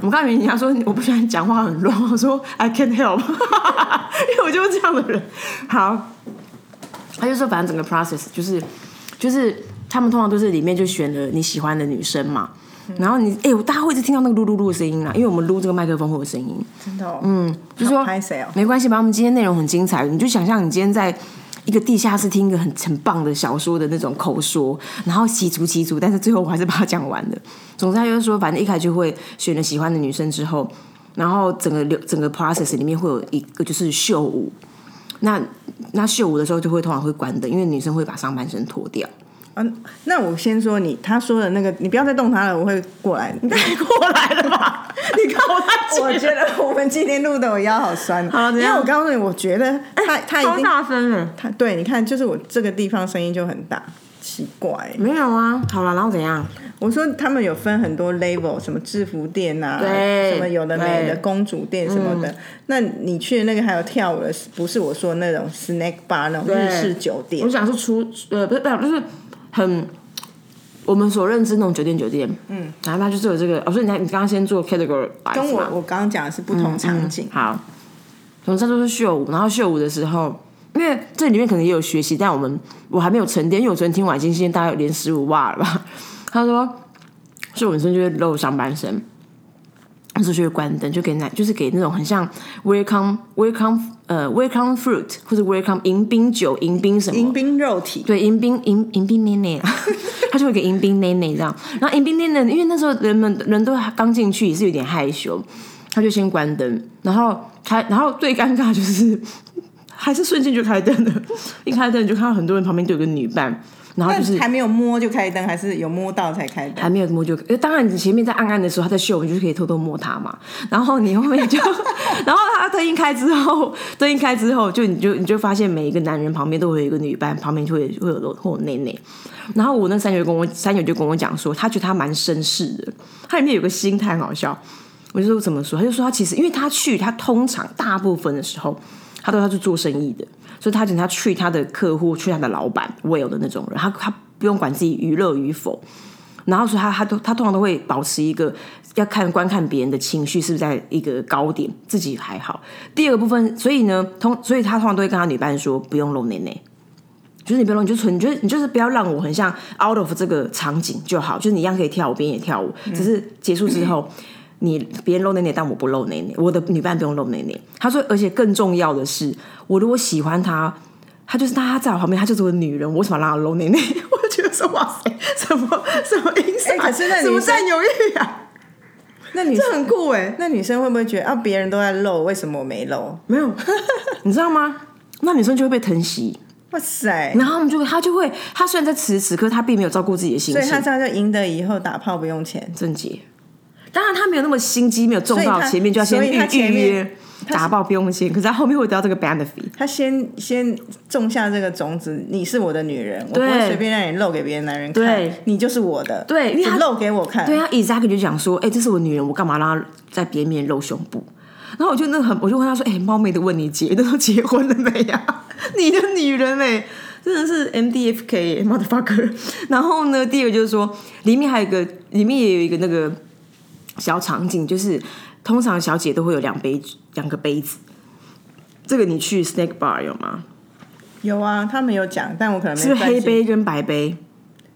S1: 我刚以为你要说我不喜欢讲话很乱，我说 I can help，因为我就是这样的人。好，他就说反正整个 process 就是就是他们通常都是里面就选了你喜欢的女生嘛，然后你哎、我大家会一直听到那个噜噜噜的声音啦，因为我们撸这个麦克风会有声音，
S2: 真的，嗯，
S1: 就说
S2: 拍谁哦？
S1: 没关系吧，我们今天内容很精彩，你就想象你今天在一个地下室听一个很很棒的小说的那种口说，然后习足习足，但是最后我还是把它讲完了。总之，他就是说，反正一开始就会选了喜欢的女生之后，然后整个流整个 process 里面会有一个就是秀舞，那那秀舞的时候就会通常会关灯，因为女生会把上半身脱掉。
S2: 嗯，那我先说你，他说的那个，你不要再动他了，我会过来。你
S1: 带过来了吧？你看我太
S2: 我觉得我们今天录的我腰好酸，哦
S1: 好
S2: 因
S1: 怎
S2: 为
S1: 样哎
S2: 我告诉你，我觉得他他一
S1: 超
S2: 定
S1: 大声了。
S2: 他对，你看，就是我这个地方声音就很大，奇怪。
S1: 没有啊，好了，然后怎样？
S2: 我说他们有分很多 level，什么制服店啊，
S1: 对
S2: 什么有的没的
S1: 对嗯
S2: 公主店什么的。那你去的那个还有跳舞的，不是我说那种 snack bar 那种
S1: 对
S2: 日式酒店
S1: 我，想是出呃不是不是就是很我们所认知那种酒店酒店，嗯，然后它就是有这个，哦，所以你你刚刚先做 category
S2: 跟我
S1: 嘛嗯
S2: 我刚刚讲的是不同场景。
S1: 好，总之它就是秀舞，然后秀舞的时候，因为这里面可能也有学习，但我们我还没有沉淀，因为我昨天听完已经现在大概有连十五袜了吧。 他说，是我们村就会露上半身，那时候就会关灯，就给男就是给那种很像 welcome welcome 呃 welcome fruit 或者 welcome 迎宾酒、迎宾什么
S2: 迎宾肉体，
S1: 对，迎宾迎迎宾奶奶啊，他就会给迎宾奶奶这样。然后迎宾奶奶，因为那时候人们人都刚进去，也是有点害羞，他就先关灯。然后他，然后最尴尬就是还是瞬间就开灯了，一开灯就看到很多人旁边都有个女伴，然后
S2: 但
S1: 就是
S2: 还没有摸就开灯，还是有摸到才开灯？
S1: 还没有摸就，呃当然你前面在暗暗的时候他在秀，你就是可以偷偷摸他嘛。然后你后面就， 然后他灯一开之后，灯一开之后，就你就你就发现每一个男人旁边都会有一个女伴，旁边就会会有会有内内。然后我那三友就跟我三友就跟我讲说，他觉得他蛮绅士的，他里面有个心态很好笑。我就说怎么说，他就说他其实因为他去，他通常大部分的时候，他都要去做生意的，所以他等他去他的客户，去他的老板 Will 的那种人，他他不用管自己娱乐与否。然后说他他都他通常都会保持一个要看观看别人的情绪是不是在一个高点，自己还好。第二个部分，所以呢，通所以他通常都会跟他女伴说不用露内内，就是你不用露，你就纯你就是你就是不要让我很像 out of 这个场景就好，就是你一样可以跳舞，别人也跳舞，
S2: 嗯
S1: 只是结束之后。你别人露内内，但我不露内内，我的女伴不用露内内。他说，而且更重要的是，我如果喜欢他，他就是他在我旁边，他就是我的女人，我为什么要让他露内内？ 我就觉得说，哇塞，什么什么影响、
S2: 哎可是那
S1: 啊什么
S2: 女生
S1: 占有欲啊？
S2: 那女
S1: 这很酷哎、
S2: 那女生会不会觉得啊，别人都在露，为什么我没露？
S1: 没有，你知道吗？那女生就会被疼惜，
S2: 哇塞！
S1: 然后我们就会，她就会，她虽然在此时此刻她并没有照顾自己的心
S2: 所以
S1: 情
S2: 他，这样就赢得以后打炮不用钱。
S1: 正解。当然，她没有那么心机，没有中
S2: 所
S1: 到
S2: 以她
S1: 前面就要先
S2: 所以她
S1: 预
S2: 前
S1: 预
S2: 面
S1: 约打爆不用钱，可是她后面会得到这个 benefit。
S2: 他先先种下这个种子，你是我的女人，我不
S1: 对
S2: 会随便让你露给别的男人看，
S1: 对
S2: 你就是我的，
S1: 对因为
S2: 你
S1: 他
S2: 露给我看，
S1: 对啊，exactly 就讲说，哎、这是我女人，我干嘛让她在别人面前露胸部？然后我就那个很，我就问她说，哎、冒昧的问你姐，那时候结 婚了没呀、 你的女人哎、真的是 MDFK 耶欸 motherfucker。然后呢，第二个就是说，里面还有一个，里面也有一个那个小场景，就是通常小姐都会有两杯两个杯子。这个你去 snack bar 有吗？
S2: 有啊，他们有讲，但我可能没
S1: 是不是
S2: 关
S1: 黑
S2: 心，
S1: 杯跟白杯？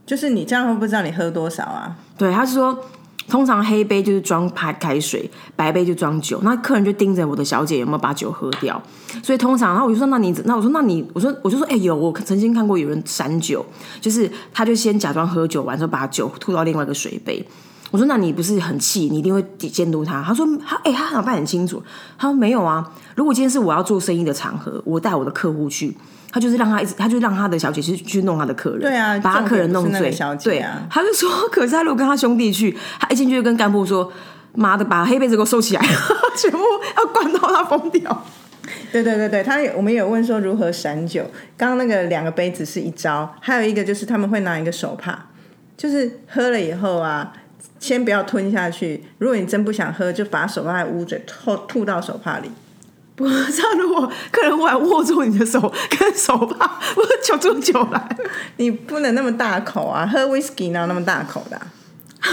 S2: 就是你这样会不会知道你喝多少啊？
S1: 对，他是说，通常黑杯就是装白开水，白杯就装酒。那客人就盯着我的小姐有没有把酒喝掉，所以通常，然后我就说，那你，那我说，那你，我说，我就说，哎、有，我曾经看过有人散酒，就是他就先假装喝酒完之后把酒吐到另外一个水杯。我说：“那你不是很气？你一定会监督他。”他说：“他哎、他脑袋很清楚。”他说：“没有啊，如果今天是我要做生意的场合，我带我的客户去，他就是让他一直，他就让他的小姐去去弄他的客人，
S2: 对啊
S1: 把他客人
S2: 重点不是那
S1: 弄
S2: 个
S1: 醉。
S2: 小姐
S1: 对
S2: 啊
S1: 他就说，可是他如果跟他兄弟去，他一进去就跟干部说：‘妈的，把黑被子给我收起来， 全部要灌到他疯掉。
S2: 对对对对，他有我们有问说如何散酒，刚刚那个两个杯子是一招，还有一个就是他们会拿一个手帕，就是喝了以后啊。先不要吞下去，如果你真不想喝，就把手帕捂嘴，吐吐到手帕里。’
S1: 不是，这样如果客人忽然握住你的手跟手帕，我求出酒来。”
S2: 你不能那么大口啊！喝 whisky 哪有那么大口的啊、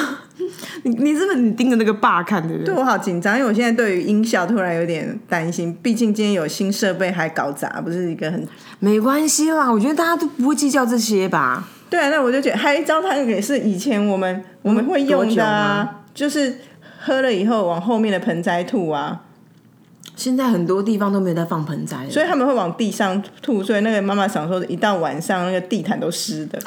S1: 你你是不是你盯着那个爸看的？
S2: 对我好紧张，因为我现在对于音效突然有点担心，毕竟今天有新设备还搞砸，不是一个很……
S1: 没关系啦，我觉得大家都不会计较这些吧。
S2: 对啊，那我就觉得还有一招，它也是以前我们我们会用的
S1: 多久
S2: 啊，就是喝了以后往后面的盆栽吐啊，
S1: 现在很多地方都没有在放盆栽了，
S2: 所以他们会往地上吐，所以那个妈妈想说，一到晚上那个地毯都湿 的。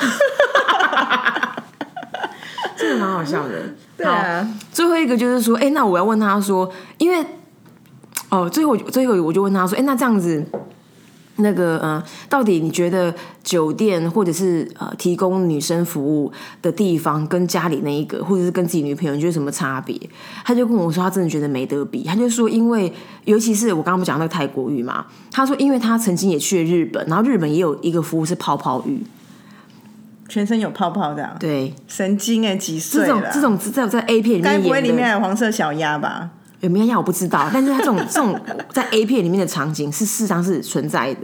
S1: 这个蛮好笑的。
S2: 对啊，
S1: 最后一个就是说，哎、那我要问他说，因为哦，最后最后我就问他说，哎、那这样子，那个呃，到底你觉得酒店或者是呃提供女生服务的地方，跟家里那一个，或者是跟自己女朋友，你觉得有什么差别？他就跟我说，他真的觉得没得比。他就说，因为尤其是我刚刚不讲那个泰国浴嘛，他说，因为他曾经也去了日本，然后日本也有一个服务是泡泡浴，
S2: 全身有泡泡的啊、
S1: 对，
S2: 神经哎、几
S1: 这
S2: 岁
S1: 种
S2: 了啊？
S1: 这种在在 A 片里面演的，
S2: 该不会里面还有黄色小鸭吧？
S1: 有没有啊要我不知道，但是他这种 这种在 A 片里面的场景是事实上是存在的。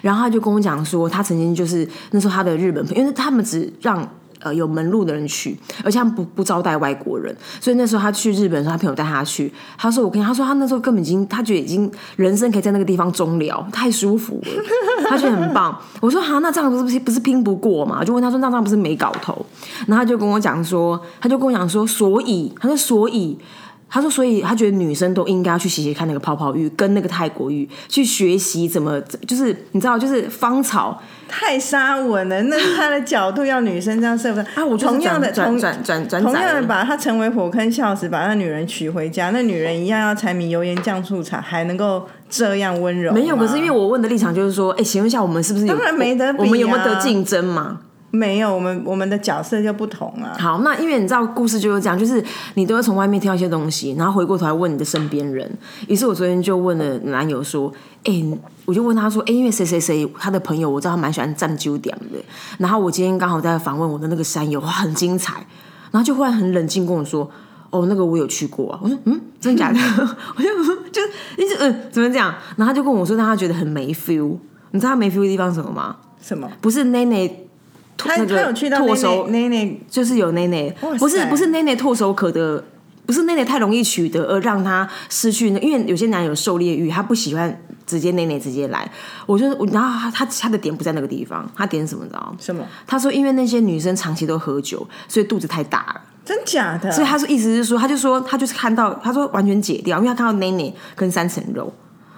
S1: 然后他就跟我讲说，他曾经就是那时候他的日本朋友，因为他们只让呃有门路的人去，而且他们不不招待外国人，所以那时候他去日本的时候，他朋友带他去，他说我跟你，他说他那时候根本已经，他觉得已经人生可以在那个地方终了，太舒服了，他觉得很棒。我说哈，那这样不是不是拼不过嘛？就问他说那这样不是没搞头？然后他就跟我讲说，他就跟我讲说，所以他说所以。他说，所以他觉得女生都应该要去学习看那个泡泡浴跟那个泰国浴，去学习怎么，就是你知道，就是芳草
S2: 太沙文了，那是他的角度要女生这样是不是？
S1: 啊，我就是
S2: 同样的
S1: 转
S2: 同
S1: 转转转
S2: 同
S1: 载
S2: 样
S1: 而
S2: 的
S1: 已
S2: 把他成为火坑孝子，把那女人娶回家，那女人一样要柴米油盐酱醋茶，还能够这样温柔吗？
S1: 没有，可是因为我问的立场就是说，哎、请问一下，我们是不是有
S2: 当然没得比啊
S1: 我们有没有得竞争嘛？
S2: 没有，我们我们的角色就不同啊。
S1: 好，那因为你知道故事就是这样，就是你都会从外面听到一些东西，然后回过头来问你的身边人。于是我昨天就问了男友说：“哎、我就问他说，哎、因为谁谁谁他的朋友，我知道他蛮喜欢站九点的。然后我今天刚好在访问我的那个山友，哇，很精彩。然后就忽然很冷静跟我说。”哦，那个我有去过啊！我说，嗯，真的假 的？我就就是一直嗯，怎么这样？然后他就跟我说，让他觉得很没 feel。你知道他没 feel 的地方是什么吗？
S2: 什么？
S1: 不是奈奈吐，
S2: 他
S1: 那个
S2: 他有去到
S1: 唾手
S2: 那那那
S1: 就是有内内
S2: 哇塞，
S1: 不是不是内内唾手可得，不是内内太容易取得，而让他失去那，因为有些男友狩猎欲，他不喜欢直接内内直接来。我就我，然后他他他的点不在那个地方，他点什么你知道吗？
S2: 什么？
S1: 他说因为那些女生长期都喝酒，所以肚子太大了。
S2: 真假的？
S1: 所以他说意思是说，他就说他就是看到他说完全解掉，因为他看到内内跟三层肉。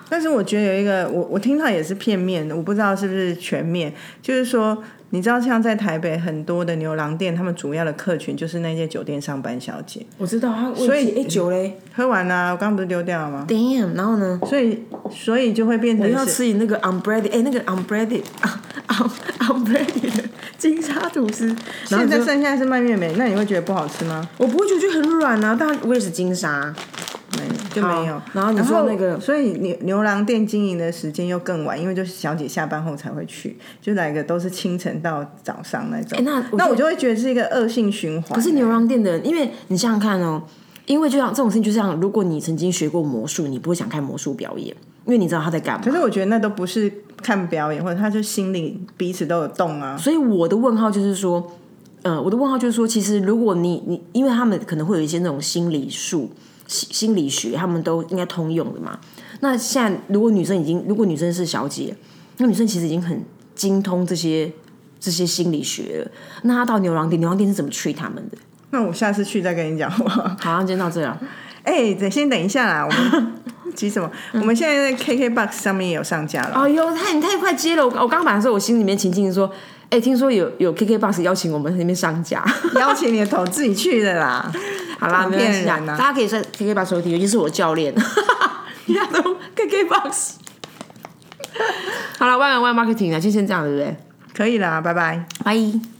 S2: 但是我觉得有一个，我我听到也是片面的，我不知道是不是全面。就是说，你知道，像在台北很多的牛郎店，他们主要的客群就是那些酒店上班小姐，
S1: 我知道他，
S2: 所以
S1: 哎酒嘞
S2: 喝完啦、我刚刚不是丢掉了吗？
S1: ，damn，然后呢？
S2: 所以，所以就会变
S1: 我
S2: 成
S1: 要
S2: 是
S1: 吃你那个 unbreaded，哎、那个 unbreaded，啊 un unbreaded 的金沙吐司。然
S2: 现
S1: 后你
S2: 在
S1: 就
S2: 剩下是蔓越莓，那你会觉得不好吃吗？
S1: 我不会觉得就很软啊，但我也是金沙。
S2: 没有，就没有
S1: 好。然后你说那个
S2: 所以牛牛郎店经营的时间又更晚，因为就是小姐下班后才会去，就来个都是清晨到早上那种。
S1: 哎那我觉得
S2: 那我就会觉得是一个恶性循环。
S1: 可是牛郎店的人，因为你想想看哦，因为就像这种事情，就像如果你曾经学过魔术，你不会想看魔术表演，因为你知道他在干嘛
S2: 可。是我觉得那都不是看表演，或者他就心里彼此都有动啊。
S1: 所以我的问号就是说，呃，我的问号就是说，其实如果你你，因为他们可能会有一些那种心理术、心心理学，他们都应该通用的嘛。那现在如果女生已经，如果女生是小姐，那女生其实已经很精通这些这些心理学了。那她到牛郎店，牛郎店是怎么 treat 他们的？
S2: 那我下次去再跟你讲好不 好？
S1: 好，那今天到这了。
S2: 哎、等先等一下啦，我们急 什么？我们现在在 KKBOX 上面也有上架了。
S1: 哎呦，太你太快接了！我我刚刚本来说，我心里面情情说，哎，听说有有 KKBox 邀请我们那边上架。
S2: 邀请你的头自己去的啦。
S1: 好啦，没关
S2: 骗
S1: 系啦
S2: 人，呐、
S1: 大家可以在 KKBox 收听，尤其是我教 练，人家都 KKBox。好了，万万万 marketing 啊，就先这样，对不对？
S2: 可以啦，拜拜。
S1: 拜。